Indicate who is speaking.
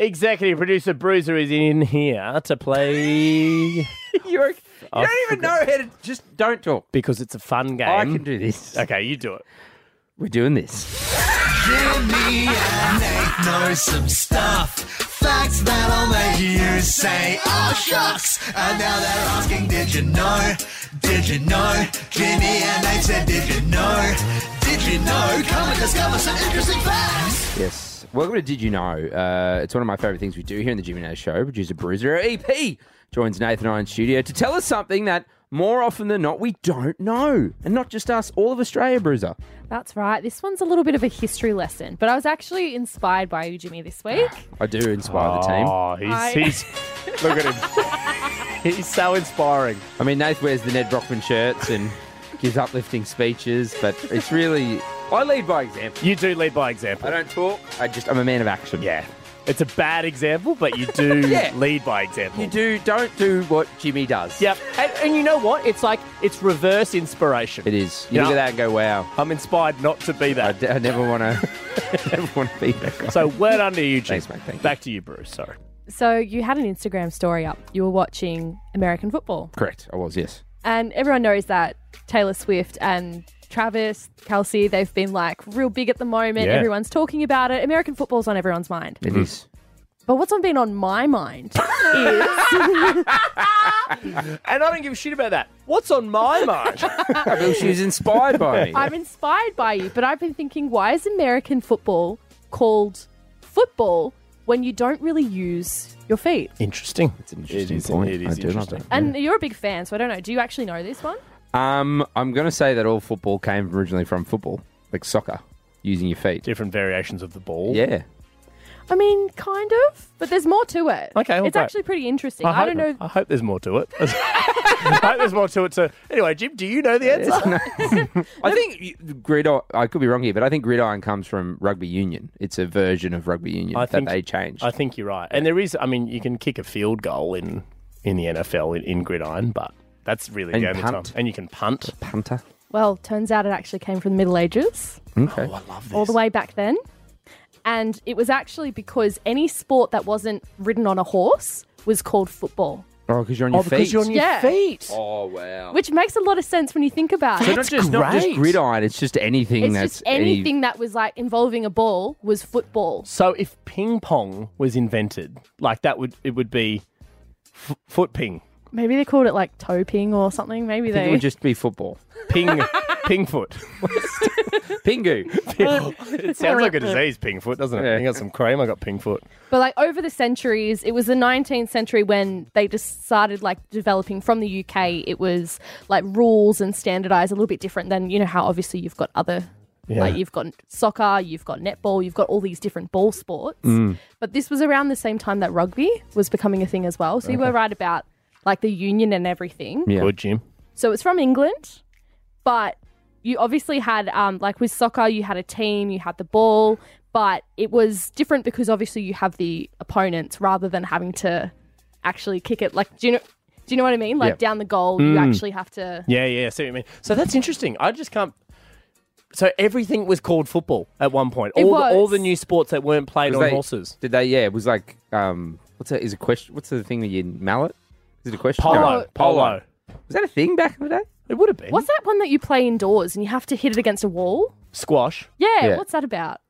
Speaker 1: Executive producer Bruiser is in here to play
Speaker 2: You're, you
Speaker 1: I
Speaker 2: don't even know how to. Just don't talk.
Speaker 1: because it's a fun game.
Speaker 2: I can do this.
Speaker 1: Okay, you do it.
Speaker 2: We're doing this.
Speaker 3: Me and Nate know some stuff. Facts that'll make you say, oh shucks. And now they're asking, did you know? Did you know? Jimmy and Nate said, did you know? Did you know? Come and discover some interesting facts.
Speaker 2: Yes. Welcome to Did You Know? Uh, it's one of my favourite things we do here in the Jimmy Nash Show. Producer Bruiser EP joins Nathan and I in studio to tell us something that more often than not we don't know. And not just us, all of Australia, Bruiser.
Speaker 4: That's right. This one's a little bit of a history lesson, but I was actually inspired by you, Jimmy, this week.
Speaker 2: I do inspire the team.
Speaker 1: Oh, he's,
Speaker 4: I-
Speaker 1: he's look at him. he's so inspiring.
Speaker 2: I mean, Nath wears the Ned Brockman shirts and gives uplifting speeches, but it's really. I lead by example.
Speaker 1: You do lead by
Speaker 2: I
Speaker 1: example.
Speaker 2: don't talk. I just I'm a man of action.
Speaker 1: Yeah, it's a bad example, but you do
Speaker 2: Yeah.
Speaker 1: lead by example.
Speaker 2: You do don't do what Jimmy does.
Speaker 1: Yep. And, and you know what? It's like it's reverse inspiration.
Speaker 2: It is. You
Speaker 1: Yeah.
Speaker 2: look at that and go, wow.
Speaker 1: I'm inspired not to be
Speaker 2: I,
Speaker 1: that.
Speaker 2: d- I never want to. never want to be that guy.
Speaker 1: So word under you, Jim.
Speaker 2: Thanks, mate. Thank you.
Speaker 1: Back to you, Bruce. Sorry.
Speaker 4: So you had an Instagram story up. You were watching American football,
Speaker 2: correct. I was yes.
Speaker 4: and everyone knows that Taylor Swift and Travis Kelsey, they've been like real big at the moment.
Speaker 1: Yeah.
Speaker 4: Everyone's talking about it. American football's on everyone's mind.
Speaker 2: It is.
Speaker 4: But what's on been on my mind is
Speaker 1: And I don't give a shit about that. What's on my mind?
Speaker 2: I feel she was inspired by me.
Speaker 4: I'm inspired by you, but I've been thinking, why is American football called football when you don't really use your feet?
Speaker 1: interesting. It's
Speaker 2: an interesting point. I do love that.
Speaker 4: And you're a big fan, so I don't know. Do you actually know this one?
Speaker 2: Um, I'm going to say that all football came originally from football, like soccer, using your feet.
Speaker 1: Different variations of the ball.
Speaker 2: Yeah.
Speaker 4: I mean, kind of, but there's more to it.
Speaker 1: Okay, well,
Speaker 4: it's
Speaker 1: great.
Speaker 4: actually pretty interesting.
Speaker 1: I,
Speaker 4: I,
Speaker 1: hope,
Speaker 4: don't know.
Speaker 1: I hope there's more to it. I hope there's more to it. So anyway, Jim, do you know the answer?
Speaker 2: I think you- gridiron. I could be wrong here, but I think gridiron comes from rugby union. It's a version of rugby union
Speaker 1: I
Speaker 2: that
Speaker 1: think-
Speaker 2: they changed.
Speaker 1: I think you're right. And there is, I mean, you can kick a field goal in in the NFL in, in gridiron, but that's really
Speaker 2: And
Speaker 1: the only
Speaker 2: punt.
Speaker 1: time. And you can punt.
Speaker 2: Punter.
Speaker 4: Well, turns out it actually came from the Middle Ages,
Speaker 2: Okay.
Speaker 1: Oh,
Speaker 4: all the way back then. And it was actually because any sport that wasn't ridden on a horse was called football,
Speaker 2: Oh, because you're on your feet.
Speaker 4: Yeah.
Speaker 1: feet.
Speaker 2: Oh wow.
Speaker 4: which makes a lot of sense when you think about
Speaker 2: So
Speaker 4: it.
Speaker 2: not just not just
Speaker 1: great.
Speaker 2: gridiron. It's just anything
Speaker 4: It's
Speaker 2: that's
Speaker 4: just
Speaker 2: any-
Speaker 4: anything that was like involving a ball was football.
Speaker 1: So if ping pong was invented, like that would it would be f- foot ping,
Speaker 4: Maybe they called it like toe ping or something. Maybe
Speaker 2: I think
Speaker 4: they.
Speaker 2: it would just be football.
Speaker 1: ping, ping foot.
Speaker 2: Pingu.
Speaker 1: It sounds like a disease, ping foot, doesn't it?
Speaker 2: Yeah.
Speaker 1: You got some cream. I got ping foot.
Speaker 4: But like over the centuries, it was the 19th century when they just started like developing from the UK. It was like rules and standardized a little bit different than you know how obviously you've got other like you've got soccer, you've got netball, you've got all these different ball sports. But this was around the same time that rugby was becoming a thing as well. So you were right about like the union and everything.
Speaker 2: Yeah.
Speaker 1: Good, Jim.
Speaker 4: So it's from England, but you obviously had, um, like with soccer, you had a team, you had the ball, but it was different because obviously you have the opponents rather than having to actually kick it. Like, do you know? Do you know what I mean? Like
Speaker 2: Yep.
Speaker 4: down the goal, you actually have to.
Speaker 1: Yeah, yeah. I See what you mean. So that's interesting. I just can't. So everything was called football at one point.
Speaker 4: It
Speaker 1: all the all
Speaker 4: was.
Speaker 1: the new sports that weren't played
Speaker 2: Was
Speaker 1: on
Speaker 2: they-
Speaker 1: horses.
Speaker 2: Did they? Yeah, it was like um, what's that? Is a question? What's the thing that you mallet? Is it a question?
Speaker 1: Polo,
Speaker 2: No.
Speaker 1: polo.
Speaker 2: Was that a thing back in the day?
Speaker 1: It would have been
Speaker 4: What's that one that you play indoors and you have to hit it against a wall?
Speaker 1: squash.
Speaker 4: Yeah,
Speaker 2: Yeah.
Speaker 4: what's that about?